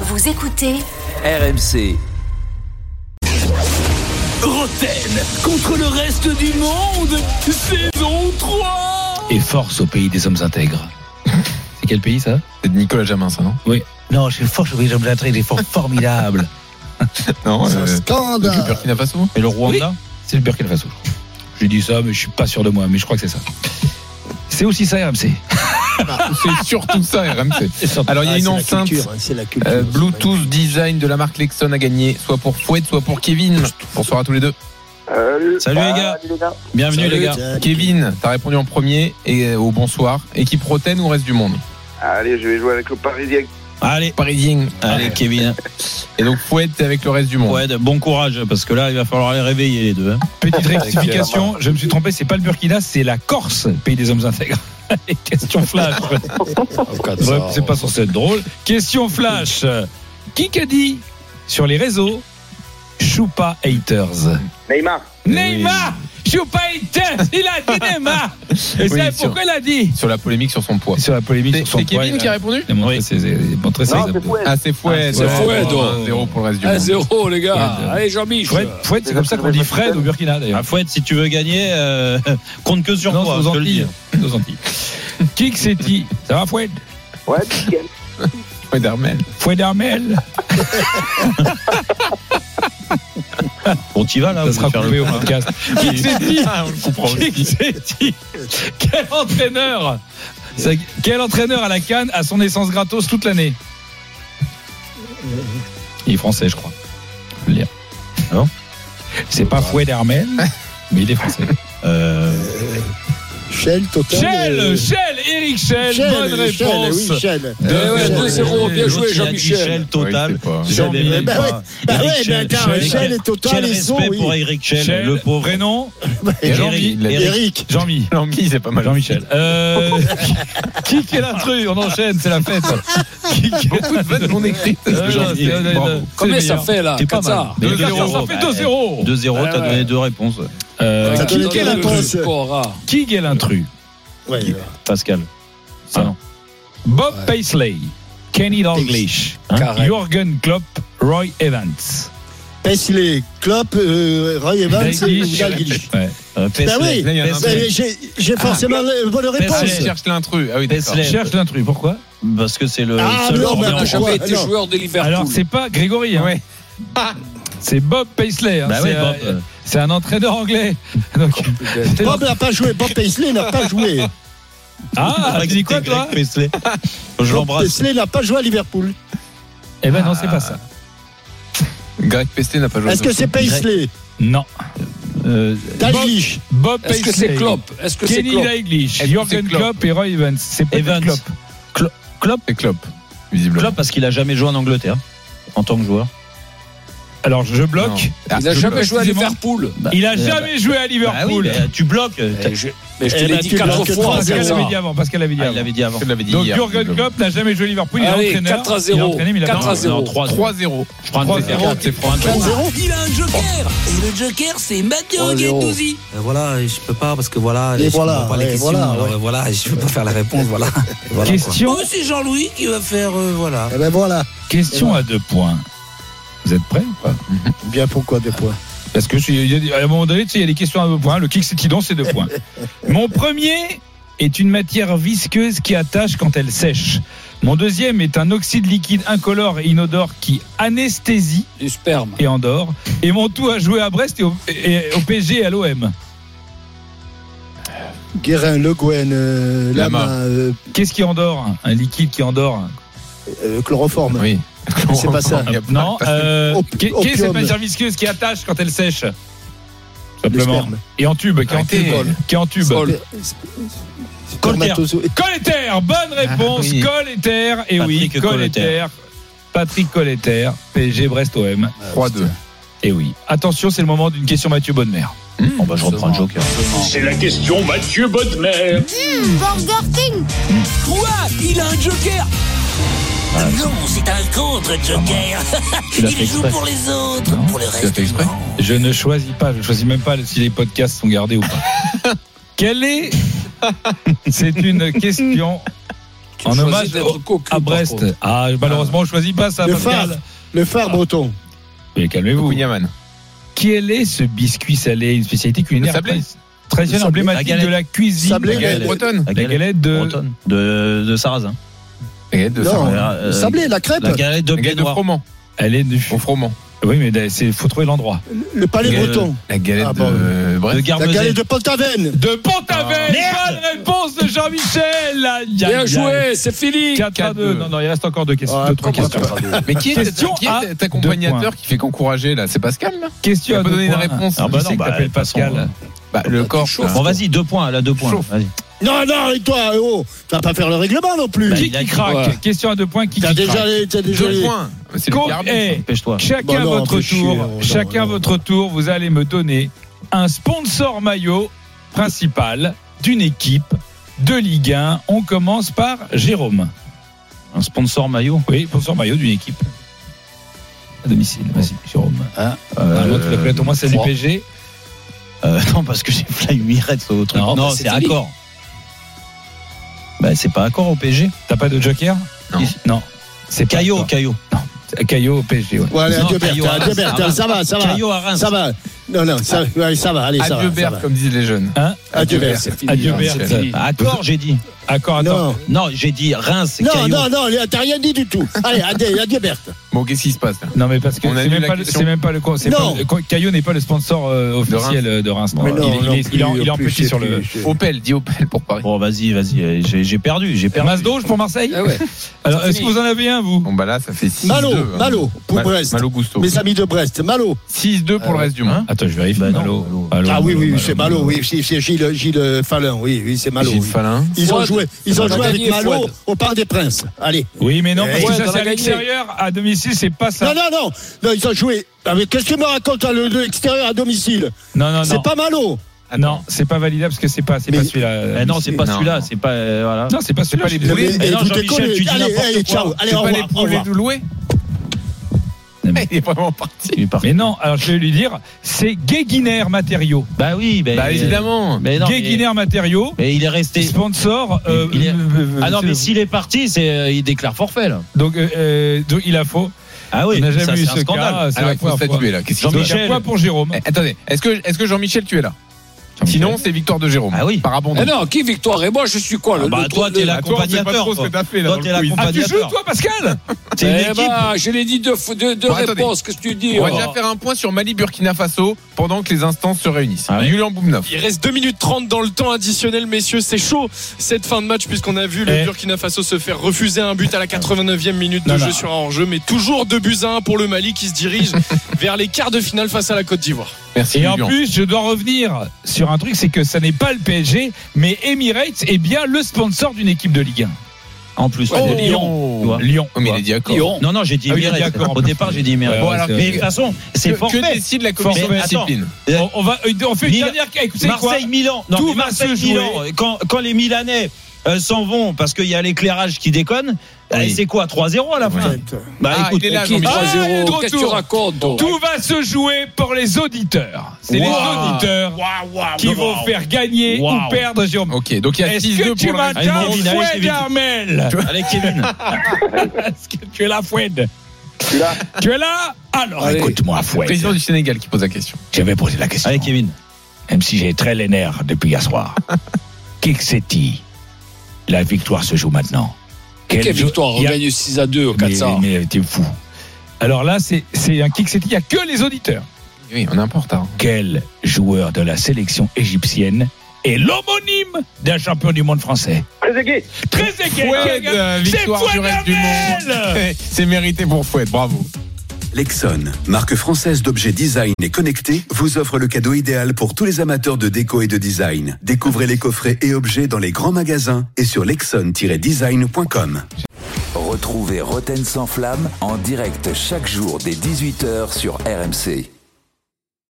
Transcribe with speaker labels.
Speaker 1: Vous écoutez
Speaker 2: RMC.
Speaker 3: Roten contre le reste du monde, saison 3
Speaker 4: et force au pays des hommes intègres. C'est quel pays ça
Speaker 5: C'est de Nicolas Jamin, ça, non
Speaker 4: Non, je suis fort au pays des hommes intègres, il est fort formidable.
Speaker 5: Non,
Speaker 6: C'est un
Speaker 5: euh, le
Speaker 6: scandale.
Speaker 5: Burkina Faso
Speaker 4: Et le Rwanda C'est le Burkina Faso. je crois. J'ai dit ça, mais je suis pas sûr de moi, mais je crois que c'est ça. C'est aussi ça RMC.
Speaker 5: C'est surtout ça, RMC. Alors, il y a une enceinte
Speaker 6: Ah, C'est la culture.
Speaker 5: euh, Bluetooth Design de la marque Lexon à gagner, soit pour Fouet, soit pour Kevin. Bonsoir à tous les deux.
Speaker 4: Salut les gars. Bienvenue
Speaker 6: Salut,
Speaker 4: les gars.
Speaker 6: Jack.
Speaker 5: Kevin, t'as répondu en premier et euh, au bonsoir. Équipe Roten ou reste du monde
Speaker 7: Allez, je vais jouer avec le Parisien.
Speaker 4: Allez,
Speaker 5: Parisien.
Speaker 4: allez Kevin.
Speaker 5: Et donc Fouet t'es avec le reste du monde.
Speaker 4: Ouais, de- bon courage parce que là il va falloir les réveiller les deux. hein. Petite rectification, je me suis trompé, c'est pas le Burkina, c'est la Corse, pays des hommes intègres. Allez, Question flash. Ouais, c'est pas censé être drôle. Question flash. Qui qu'a dit sur les réseaux Choupa haters
Speaker 7: Neymar.
Speaker 4: Neymar Choupa haters Il a dit Neymar Et
Speaker 5: Oui,
Speaker 4: c'est
Speaker 5: sûr.
Speaker 4: pourquoi il a dit
Speaker 5: Sur la polémique sur son poids.
Speaker 4: Sur la polémique
Speaker 5: C'est c'est Kevin qui a répondu
Speaker 4: montré ses- il a montré ses-
Speaker 7: Non, c'est Fouet.
Speaker 5: Ah, c'est Fouet.
Speaker 4: Ah, c'est
Speaker 5: Fouet,
Speaker 3: Fouet,
Speaker 5: donc.
Speaker 3: donc.
Speaker 5: 1-0 pour le reste du monde.
Speaker 3: 1-0 les gars
Speaker 4: Ouais.
Speaker 3: Allez Jean-Mich
Speaker 4: Fouette, Fouette, c'est comme ça qu'on dit Ah, Fred au Burkina d'ailleurs. Fouette, si tu veux gagner, euh, compte que sur
Speaker 5: toi,
Speaker 4: aux
Speaker 5: je te le
Speaker 4: Antilles. Aux Antilles. Qui que c'est qui Ça va Fouette
Speaker 7: Ouais, nickel.
Speaker 5: Fouet d'Armel.
Speaker 4: Fouet d'Armel
Speaker 8: On t'y va là
Speaker 4: Ça
Speaker 8: vous
Speaker 4: sera
Speaker 8: faire
Speaker 4: coupé
Speaker 8: le- Ah,
Speaker 4: au podcast. Qui que c'est qui Qui que c'est qui Quel entraîneur Ça- Quel entraîneur à la Cannes a son essence gratos toute l'année Il est français, je crois. Faut le lire. Non C'est pas Fouet d'Armel, mais il est français.
Speaker 8: Euh,
Speaker 6: Shell, Total.
Speaker 4: Shell,
Speaker 6: euh,
Speaker 4: Shell, Eric Shell,
Speaker 6: Shell,
Speaker 4: bonne
Speaker 6: Shell,
Speaker 4: réponse.
Speaker 6: Oui, Shell.
Speaker 3: Eh ouais,
Speaker 6: Shell.
Speaker 3: 2-0, bien
Speaker 8: l'autre,
Speaker 3: joué
Speaker 8: il a dit
Speaker 3: Jean-Michel
Speaker 8: Shell total.
Speaker 5: Ouais, c'est pas-
Speaker 8: J'avais
Speaker 4: Jean-Michel.
Speaker 8: même
Speaker 6: Bah ouais,
Speaker 8: pas.
Speaker 6: bah
Speaker 8: Eric
Speaker 6: ouais, mais attends,
Speaker 8: Shell,
Speaker 6: Shell et Total,
Speaker 8: Quel
Speaker 6: ils sont,
Speaker 8: respect
Speaker 6: oui.
Speaker 8: pour Eric Shell,
Speaker 4: Shell,
Speaker 8: le pauvre.
Speaker 4: Prénom
Speaker 8: Et
Speaker 4: Jean-
Speaker 8: Eric,
Speaker 5: il a dit-
Speaker 8: Eric,
Speaker 6: Eric.
Speaker 4: Jean-Mi.
Speaker 5: L'anguille, c'est pas mal.
Speaker 4: Jean-Michel. Euh, qui qui est l'intrus On enchaîne, c'est la fête. Qui qui est-
Speaker 5: Beaucoup de bonnes non écrites.
Speaker 4: Euh, non,
Speaker 5: Jean-Michel.
Speaker 4: c'est-
Speaker 5: Bravo.
Speaker 3: Combien
Speaker 4: c'est
Speaker 3: ça
Speaker 4: meilleur.
Speaker 3: fait là
Speaker 8: T'es pas mal.
Speaker 3: Kaza
Speaker 8: Mais
Speaker 4: Deux
Speaker 8: deux
Speaker 4: zéro,
Speaker 8: zéro,
Speaker 4: Ça fait 2-0.
Speaker 8: bah, 2-0, t'as donné deux réponses.
Speaker 4: Euh,
Speaker 6: Ça
Speaker 4: qui
Speaker 6: donne
Speaker 4: qui est
Speaker 6: quel
Speaker 3: Donne-le
Speaker 4: l'intrus
Speaker 6: intrus
Speaker 3: le sport, ah.
Speaker 4: Qui qui est l'intrus
Speaker 6: Ouais, ouais.
Speaker 8: Pascal.
Speaker 4: Ah non. Bob Paisley, Kenny Dalglish, hein.
Speaker 3: Carré.
Speaker 4: Jürgen Klopp, Roy Evans.
Speaker 6: Paisley, Klopp, euh, Roy Evans
Speaker 4: Dalglish.
Speaker 6: et Dalglish.
Speaker 4: Ouais.
Speaker 8: Euh,
Speaker 6: Ben
Speaker 8: Paisley.
Speaker 6: oui,
Speaker 5: Là, il y en a un
Speaker 4: Ah,
Speaker 6: ben,
Speaker 5: peu.
Speaker 6: j'ai j'ai forcément la bonne
Speaker 5: Ah,
Speaker 6: réponse.
Speaker 5: il cherche l'intrus. Ah oui,
Speaker 6: Bah
Speaker 5: d'accord.
Speaker 8: Paisley.
Speaker 4: Cherche l'intrus, pourquoi
Speaker 8: Parce que c'est le
Speaker 6: Ah,
Speaker 8: seul
Speaker 6: non,
Speaker 3: On
Speaker 6: mais
Speaker 3: n'a
Speaker 8: Orient.
Speaker 6: pourquoi
Speaker 3: jamais été
Speaker 6: Alors-
Speaker 3: joueur de
Speaker 4: Alors,
Speaker 3: Liverpool.
Speaker 4: c'est pas Grégory. hein.
Speaker 5: Ouais.
Speaker 4: C'est Bob Paisley. hein.
Speaker 8: Bah
Speaker 4: c'est
Speaker 8: ouais, Bob.
Speaker 4: un, c'est un entraîneur anglais.
Speaker 3: Oh,
Speaker 4: Donc, c'est-
Speaker 6: Bob n'a pas joué, Bob Paisley n'a pas joué.
Speaker 4: ah, tu dis quoi, toi
Speaker 8: Paisley. Je
Speaker 6: Bob
Speaker 8: l'embrasse.
Speaker 6: Paisley n'a pas joué à Liverpool.
Speaker 4: Eh ben non, c'est
Speaker 3: Ah.
Speaker 4: pas ça.
Speaker 5: Greg Pesté n'a pas joué.
Speaker 6: Est-ce que c'est Paisley
Speaker 4: Non.
Speaker 8: Euh,
Speaker 6: Dalglish
Speaker 4: Bob
Speaker 3: Est-ce
Speaker 4: Paisley.
Speaker 3: que c'est Klopp Est-ce que c'est
Speaker 4: Kenny
Speaker 3: Klopp
Speaker 4: Dalglish,
Speaker 5: Est-ce que c'est
Speaker 4: Jürgen
Speaker 5: Klopp
Speaker 4: Klopp et Roy Evans. C'est pas
Speaker 8: Evans.
Speaker 4: Klopp.
Speaker 5: C'est Klopp, visiblement.
Speaker 8: Klopp parce qu'il a jamais joué en Angleterre en tant que joueur.
Speaker 4: Alors je bloque.
Speaker 5: Non. Ah,
Speaker 3: Il n'a
Speaker 5: je
Speaker 3: jamais
Speaker 5: bloque.
Speaker 3: joué à
Speaker 4: Excusez-moi.
Speaker 3: Liverpool.
Speaker 4: Il a
Speaker 8: Euh,
Speaker 4: jamais joué à
Speaker 8: bah, bah oui,
Speaker 4: Liverpool.
Speaker 8: mais tu bloques. t'as-
Speaker 3: Mais je mais je te
Speaker 6: Eh
Speaker 3: l'ai
Speaker 6: ben,
Speaker 3: dit
Speaker 6: tu
Speaker 3: quatre
Speaker 6: bloques
Speaker 3: fois.
Speaker 6: trois,
Speaker 4: Pascal
Speaker 3: Kaza.
Speaker 4: l'avait dit avant. Pascal l'avait dit
Speaker 8: Ah, il
Speaker 4: avant.
Speaker 8: l'avait dit avant.
Speaker 5: Je l'avais dit
Speaker 4: Donc
Speaker 5: hier,
Speaker 4: Jürgen
Speaker 5: visiblement.
Speaker 4: Klopp n'a jamais joué à Liverpool. Il
Speaker 3: Allez,
Speaker 4: est entraîneur.
Speaker 3: 4 à
Speaker 4: Il est
Speaker 3: 0.
Speaker 4: entraîné, mais il a
Speaker 3: 4 à
Speaker 4: pas-
Speaker 3: 0.
Speaker 5: 3-0.
Speaker 8: Je prends
Speaker 5: 3-0.
Speaker 8: 3-0.
Speaker 5: C'est franc.
Speaker 6: 3-0
Speaker 9: Il a un joker Et le joker c'est Mathieu
Speaker 3: 3-0.
Speaker 9: Guendouzi
Speaker 3: Euh,
Speaker 9: Et Voilà, je peux pas parce que voilà,
Speaker 6: Et
Speaker 9: je
Speaker 6: voilà,
Speaker 9: comprends pas les
Speaker 6: ouais,
Speaker 9: questions.
Speaker 6: voilà,
Speaker 9: alors, voilà, je peux pas faire la réponse, voilà. voilà quoi.
Speaker 4: Question,
Speaker 9: Oh, c'est Jean-Louis qui va faire euh, voilà.
Speaker 6: Eh ben voilà.
Speaker 4: question à deux points. Vous êtes prêts ou pas
Speaker 6: Bien pourquoi des points
Speaker 4: Parce que je suis- il y a des- à un moment donné, tu sais, il y a des questions à deux points. Le kick, c'est qui danse, c'est deux points. Mon premier est une matière visqueuse qui attache quand elle sèche. Mon deuxième est un oxyde liquide incolore et inodore qui anesthésie
Speaker 3: Du sperme.
Speaker 4: et endort. Et mon tout a joué à Brest et au, et au PSG et à l'OM.
Speaker 6: Guérin, Le Guen, euh,
Speaker 5: Lama.
Speaker 6: Lama, euh,
Speaker 4: Qu'est-ce qui endort Un liquide qui endort
Speaker 6: euh, Chloroforme.
Speaker 5: Oui.
Speaker 6: C'est pas ça.
Speaker 5: Il y a pas-
Speaker 4: Non. euh,
Speaker 6: Op-
Speaker 4: qu'est- Qu'est-ce que cette
Speaker 6: opium.
Speaker 4: matière visqueuse qui attache quand elle sèche
Speaker 6: Le
Speaker 4: Simplement.
Speaker 6: sperme.
Speaker 4: Et en tube, qui est en
Speaker 5: Arrêtez.
Speaker 4: tube. Qui est en tube.
Speaker 3: Sol.
Speaker 4: Colter.
Speaker 6: Spermatozoïde.
Speaker 4: Colleter, bonne réponse.
Speaker 5: Ah, oui.
Speaker 4: Colleter, et oui,
Speaker 8: Patrick
Speaker 4: Colleter. Patrick Colleter, PSG Brest OM.
Speaker 6: euh,
Speaker 5: 3-2.
Speaker 4: Et oui. Attention, c'est le moment d'une question Mathieu Bonnemer.
Speaker 8: Bon, bah, je reprends le joker.
Speaker 3: C'est la question Mathieu Bodmer.
Speaker 9: Quoi Il a un joker
Speaker 3: Ah,
Speaker 9: Non, c'est un contre-joker
Speaker 8: Tu l'as fait
Speaker 9: Il joue
Speaker 8: exprès.
Speaker 9: pour les autres, pour le
Speaker 5: Tu as
Speaker 9: reste.
Speaker 5: fait exprès
Speaker 4: Je ne choisis pas, je ne choisis même pas si les podcasts sont gardés ou pas. Quelle est. C'est une question En
Speaker 5: choisis
Speaker 4: hommage
Speaker 5: d'être
Speaker 4: au-
Speaker 5: cocu,
Speaker 4: à
Speaker 5: par
Speaker 4: Brest.
Speaker 5: contre.
Speaker 4: Ah, malheureusement, on choisit pas ça,
Speaker 6: Le
Speaker 4: Pascal.
Speaker 6: phare. Le phare breton.
Speaker 4: Mais calmez-vous.
Speaker 5: Kouign-Amann.
Speaker 4: Quel est ce biscuit salé, une spécialité
Speaker 5: Le
Speaker 4: culinaire
Speaker 5: sablé.
Speaker 4: traditionnelle
Speaker 6: Le sablé.
Speaker 4: emblématique
Speaker 8: La galette.
Speaker 4: de la cuisine
Speaker 6: Sablé,
Speaker 4: La
Speaker 5: Galette
Speaker 6: galette.
Speaker 5: bretonne.
Speaker 4: La galette de
Speaker 8: bretonne. de de sarrasin.
Speaker 5: Galette de
Speaker 6: Non,
Speaker 5: sarrasin.
Speaker 8: euh,
Speaker 6: le sablé, la crêpe.
Speaker 8: La galette de
Speaker 5: La galette
Speaker 8: blé
Speaker 5: de
Speaker 8: noir.
Speaker 5: froment.
Speaker 4: elle est du
Speaker 5: Au froment.
Speaker 4: Oui, mais c'est faut trouver l'endroit.
Speaker 6: Le palais
Speaker 8: Et, euh,
Speaker 6: breton.
Speaker 5: La galette
Speaker 6: Ah, bon.
Speaker 5: de
Speaker 8: De
Speaker 5: Brest.
Speaker 6: La
Speaker 8: Garmezet.
Speaker 6: galette de Pont-Aven.
Speaker 4: De Pont-Aven,
Speaker 8: Ah,
Speaker 4: bonne réponse de Jean-Michel. Aïe, aïe,
Speaker 3: Bien
Speaker 4: aïe.
Speaker 3: joué, c'est fini.
Speaker 4: 4 à 2. Non, non, il reste encore deux questions.
Speaker 6: Ouais,
Speaker 4: deux, trois
Speaker 6: pourquoi
Speaker 4: questions.
Speaker 5: Mais qui est,
Speaker 4: Question
Speaker 5: qui est
Speaker 4: à
Speaker 5: cet accompagnateur qui fait qu'encourager là C'est Pascal là
Speaker 4: Question
Speaker 5: Il a
Speaker 4: à
Speaker 5: pas
Speaker 4: deux
Speaker 5: donné une
Speaker 4: points.
Speaker 5: réponse.
Speaker 4: Ah, bah
Speaker 8: Qui
Speaker 4: non,
Speaker 8: c'est que
Speaker 4: bah,
Speaker 8: t'appelles
Speaker 4: Pascal.
Speaker 8: Pascal
Speaker 5: Bah, Le corps.
Speaker 6: hein.
Speaker 5: là.
Speaker 8: Bon, vas-y, deux points, elle a deux points.
Speaker 4: Chauffe.
Speaker 8: Vas-y.
Speaker 6: Non, non, et toi, oh, tu vas pas faire le règlement non plus.
Speaker 8: Bah,
Speaker 4: Qui
Speaker 8: il a-
Speaker 4: qui craque
Speaker 6: Ouais.
Speaker 4: Question à deux points. Qui
Speaker 6: T'as
Speaker 4: qui
Speaker 6: déjà
Speaker 4: craque
Speaker 6: les. T'as déjà
Speaker 5: Deux
Speaker 6: les.
Speaker 5: points. C'est le
Speaker 4: Con-
Speaker 5: garde.
Speaker 4: Eh,
Speaker 8: Dépêche-toi.
Speaker 4: Chacun
Speaker 6: Bah non,
Speaker 4: votre
Speaker 6: fais chier,
Speaker 4: tour.
Speaker 6: non,
Speaker 4: chacun
Speaker 6: non,
Speaker 4: votre tour. Vous allez me donner un sponsor maillot principal d'une équipe de Ligue 1. On commence par Jérôme.
Speaker 8: Un sponsor maillot.
Speaker 4: Oui, sponsor maillot d'une équipe. À domicile. Vas-y,
Speaker 8: Oh.
Speaker 4: Jérôme.
Speaker 6: Un,
Speaker 8: Euh,
Speaker 4: Un autre, peut-être au moins celle du
Speaker 8: trois.
Speaker 4: PSG.
Speaker 8: Euh, non, parce que j'ai Fly Mirette au truc.
Speaker 4: Non,
Speaker 8: Non,
Speaker 4: bah,
Speaker 8: c'est accord. Bah, c'est pas accord au PSG.
Speaker 4: T'as pas de joker
Speaker 5: Non.
Speaker 4: Non. C'est pas
Speaker 8: Caillot,
Speaker 4: accord.
Speaker 8: Caillot.
Speaker 4: Caillot au PSG, ouais.
Speaker 6: Ouais, allez,
Speaker 8: Non,
Speaker 6: adieu Berthe,
Speaker 8: Caillot,
Speaker 6: adieu
Speaker 8: ça
Speaker 6: Berthe,
Speaker 8: va.
Speaker 6: ça va, ça va.
Speaker 8: Caillot à Reims.
Speaker 6: Ça va. Non, non, ça, ouais, ça va, allez,
Speaker 5: Adieu
Speaker 6: ça va. ça va.
Speaker 5: Berthe, comme disent les jeunes.
Speaker 4: Hein
Speaker 5: Adieu
Speaker 6: Adieu Berthe.
Speaker 5: Berthe.
Speaker 4: Adieu,
Speaker 5: non,
Speaker 4: Berthe.
Speaker 5: c'est fini.
Speaker 8: Bah, accord, j'ai dit.
Speaker 4: Accord, attends.
Speaker 6: Non,
Speaker 8: Non, j'ai dit Reims, c'est
Speaker 6: non,
Speaker 8: Caillot.
Speaker 6: non, non, Léa, t'as rien dit du tout. Allez, adieu, adieu Berthe.
Speaker 5: Bon, qu'est-ce qui se passe là
Speaker 4: Non, mais parce que
Speaker 5: On
Speaker 4: c'est
Speaker 5: annule
Speaker 4: même,
Speaker 5: la
Speaker 4: pas le-
Speaker 5: question.
Speaker 4: c'est même pas le. co- c'est
Speaker 6: Non.
Speaker 4: pas le- co- Caillot n'est pas le sponsor euh, officiel euh, de Reims. non.
Speaker 6: Mais
Speaker 4: Il-
Speaker 6: non,
Speaker 4: il,
Speaker 6: non
Speaker 4: est-
Speaker 6: plus,
Speaker 4: il est en- il est en
Speaker 6: plus,
Speaker 4: petit
Speaker 6: je
Speaker 4: sur
Speaker 6: sais
Speaker 4: le.
Speaker 6: plus, je sais plus.
Speaker 5: Opel, dis Opel pour Paris.
Speaker 8: Bon, vas-y, vas-y. euh, J'ai j'ai perdu, j'ai perdu.
Speaker 4: Masdouche pour Marseille
Speaker 5: Ah ouais.
Speaker 4: Alors, est-ce que vous en avez un, vous
Speaker 5: Bon, bah là, ça fait 6-2.
Speaker 6: Malo,
Speaker 5: hein.
Speaker 6: Malo, pour
Speaker 5: Mal-
Speaker 6: Brest.
Speaker 5: Malo Gusto.
Speaker 6: Mes amis de Brest, Malo.
Speaker 5: 6-2 pour le reste du monde.
Speaker 4: Attends, Ah, je vérifie.
Speaker 8: Bah non.
Speaker 4: Malo.
Speaker 6: Ah oui, oui,
Speaker 4: Malo,
Speaker 6: oui, c'est Malo, oui, c'est c'est Gilles, Gilles Fallin, oui, oui, c'est Malo.
Speaker 5: Gilles
Speaker 6: oui.
Speaker 5: Fallin.
Speaker 6: Ils ont
Speaker 3: Fouad.
Speaker 6: joué, ils ont
Speaker 3: On a
Speaker 6: joué avec
Speaker 3: gagné,
Speaker 6: Malo
Speaker 3: Fouad.
Speaker 6: au Parc des Princes. Allez.
Speaker 4: Oui, mais non,
Speaker 6: Eh,
Speaker 4: parce que
Speaker 3: ouais,
Speaker 4: ça,
Speaker 3: dans
Speaker 4: c'est
Speaker 3: la
Speaker 4: à
Speaker 3: gagner.
Speaker 4: l'extérieur. À domicile, c'est pas ça.
Speaker 6: Non, non, non, non, ils ont joué. Ah, mais Qu'est-ce que tu me racontes à le- l'extérieur à domicile
Speaker 4: Non, non, non.
Speaker 6: C'est pas Malo.
Speaker 4: Non, c'est pas validable parce que c'est pas, c'est
Speaker 6: Mais-
Speaker 4: pas celui-là.
Speaker 8: Eh non, c'est pas
Speaker 5: Non.
Speaker 8: celui-là, c'est pas. euh, voilà.
Speaker 4: Non, c'est pas celui-là.
Speaker 5: les
Speaker 4: je suis désolé.
Speaker 8: Eh non,
Speaker 6: écoutez,
Speaker 8: Jean-Michel,
Speaker 6: collez-
Speaker 8: tu dis
Speaker 6: allez,
Speaker 8: n'importe
Speaker 6: allez,
Speaker 8: quoi.
Speaker 6: ciao. Allez,
Speaker 5: C'est
Speaker 6: au
Speaker 5: pas les
Speaker 6: revoir. au
Speaker 5: poulets
Speaker 6: revoir.
Speaker 5: de louer Il est vraiment parti.
Speaker 8: Il est parti.
Speaker 4: Mais non, alors je vais lui dire, c'est Guéguiner Matériaux.
Speaker 8: Bah oui, bah,
Speaker 5: Bah
Speaker 8: euh,
Speaker 5: évidemment.
Speaker 8: Mais non, mais,
Speaker 4: Guéguiner Matériaux,
Speaker 8: mais il est resté.
Speaker 4: sponsor.
Speaker 8: Il-
Speaker 4: euh,
Speaker 8: il est-
Speaker 4: euh,
Speaker 8: Ah non,
Speaker 4: c'est-
Speaker 8: mais s'il est parti, c'est euh, il déclare forfait là.
Speaker 4: Donc, euh, euh, donc, il a faux.
Speaker 8: Ah
Speaker 4: On
Speaker 8: oui,
Speaker 4: n'a
Speaker 8: ça,
Speaker 4: jamais eu
Speaker 8: c'est un
Speaker 4: ce
Speaker 8: scandale.
Speaker 4: cas. C'est
Speaker 5: Alors
Speaker 4: la
Speaker 5: il Ah faut
Speaker 4: première fois.
Speaker 5: statuer là. Qu'est-ce qui se
Speaker 4: Donc,
Speaker 5: passe
Speaker 8: Jean-Michel.
Speaker 4: un point pour Jérôme.
Speaker 5: Eh, Attendez, est-ce que, est-ce que Jean-Michel, tu es là Sinon, c'est victoire de Jérôme.
Speaker 8: Ah oui.
Speaker 5: Par abandon.
Speaker 3: Mais Eh
Speaker 6: Eh
Speaker 3: non, qui victoire Et moi, je suis quoi le,
Speaker 8: Ah bah,
Speaker 3: le-
Speaker 8: toi,
Speaker 3: le-
Speaker 8: t'es
Speaker 3: le-
Speaker 8: là.
Speaker 5: Ah, toi, on sait pas
Speaker 8: accompagnateur,
Speaker 5: trop ce
Speaker 8: toi.
Speaker 5: que t'as fait là.
Speaker 8: Toi,
Speaker 5: dans
Speaker 8: t'es
Speaker 5: le quiz.
Speaker 4: Ah, tu joues,
Speaker 8: l'accompagnateur.
Speaker 4: toi, Pascal
Speaker 8: C'est une
Speaker 3: Eh
Speaker 8: équipe.
Speaker 3: ben, je l'ai dit deux, fois- deux, deux
Speaker 5: Bon, attendez.
Speaker 3: réponses. Qu'est-ce que tu dis
Speaker 5: On va
Speaker 3: oh
Speaker 5: déjà faire un point sur Mali-Burkina Faso pendant que les instances se réunissent.
Speaker 8: Ah ouais.
Speaker 5: Julian Boumnaf.
Speaker 1: Il reste 2 minutes 30 dans le temps additionnel, messieurs. C'est chaud cette fin de match, puisqu'on a vu le
Speaker 4: Eh.
Speaker 1: Burkina Faso se faire refuser un but à la 89e minute de
Speaker 4: Non,
Speaker 1: jeu
Speaker 4: non.
Speaker 1: sur un hors-jeu, mais toujours 2 buts à 1 pour le Mali qui se dirige vers les quarts de finale face à la Côte d'Ivoire.
Speaker 5: Merci.
Speaker 4: Et en
Speaker 5: Lilian.
Speaker 4: plus, je dois revenir sur un truc, c'est que ça n'est pas le PSG, mais Emirates est bien le sponsor d'une équipe de Ligue 1.
Speaker 8: En plus,
Speaker 5: Oh,
Speaker 8: de Lyon. tu vois.
Speaker 4: Lyon.
Speaker 5: Oh, mais il est dit accord.
Speaker 8: Non, non, j'ai dit
Speaker 4: Ah oui, il a dit
Speaker 8: Emirates.
Speaker 4: accord, en
Speaker 8: Au
Speaker 4: plus.
Speaker 8: départ, j'ai dit Emirates.
Speaker 4: Bon,
Speaker 5: alors,
Speaker 8: mais de toute façon, c'est
Speaker 5: Que- Que
Speaker 8: forfait.
Speaker 5: décide la commission
Speaker 8: Mais
Speaker 5: de
Speaker 8: attends.
Speaker 5: discipline
Speaker 8: Eh.
Speaker 4: On, on va, on fait une
Speaker 8: Mille-
Speaker 4: dernière. Écoutez Oh, quoi
Speaker 8: Marseille-Milan. Non,
Speaker 4: Tout
Speaker 8: mais
Speaker 4: va se jouer.
Speaker 8: Marseille-Milan. Quand, quand les Milanais euh, s'en vont parce qu'il y a l'éclairage qui déconne,
Speaker 5: Oui.
Speaker 8: eh, c'est quoi 3-0 à la fin Bah
Speaker 5: Ah,
Speaker 8: écoute,
Speaker 5: il est là,
Speaker 8: qui-
Speaker 5: Jean-Michel.
Speaker 4: Ah, il est de
Speaker 3: Oh, Qu'est-ce que tu
Speaker 4: retour.
Speaker 3: racontes donc
Speaker 4: Tout va se jouer pour les auditeurs. C'est les
Speaker 5: Waouh.
Speaker 4: auditeurs qui vont faire gagner
Speaker 8: Waouh.
Speaker 4: ou perdre Jérôme.
Speaker 5: Ok, donc il y a
Speaker 4: Est-ce que
Speaker 5: 6-2
Speaker 4: tu
Speaker 5: pour le reste.
Speaker 8: Allez,
Speaker 4: m'attends,
Speaker 8: Kevin, allez,
Speaker 4: Foued
Speaker 8: Kevin.
Speaker 4: Hermel
Speaker 8: Allez Kevin.
Speaker 4: Est-ce que tu es là, Foued
Speaker 7: Tu là
Speaker 4: Tu es là Alors,
Speaker 3: Allez.
Speaker 4: écoute-moi, Foued.
Speaker 5: Président du Sénégal qui pose la question.
Speaker 4: Je vais poser la question.
Speaker 8: Allez Kevin.
Speaker 4: même si j'ai très les nerfs depuis hier soir. Kixetti, la victoire se joue maintenant.
Speaker 3: Quelle
Speaker 4: jou-
Speaker 3: victoire On
Speaker 4: Il y a-
Speaker 3: gagne 6 à 2 au
Speaker 4: Mais,
Speaker 3: 400.
Speaker 4: mais t'es fou. Alors là, c'est c'est un Kixetti, il n'y a que les auditeurs.
Speaker 5: Oui, on est un peu en retard.
Speaker 4: Quel joueur de la sélection égyptienne est l'homonyme d'un champion du monde français
Speaker 7: Très aigué.
Speaker 4: Très égal.
Speaker 5: Fouet, euh, victoire du reste du monde. C'est mérité pour Fouet, bravo.
Speaker 2: Lexon, marque française d'objets design et connectés, vous offre le cadeau idéal pour tous les amateurs de déco et de design. Découvrez les coffrets et objets dans les grands magasins et sur lexon-design.com.
Speaker 10: Retrouvez Roten sans flamme en direct chaque jour dès 18h sur RMC.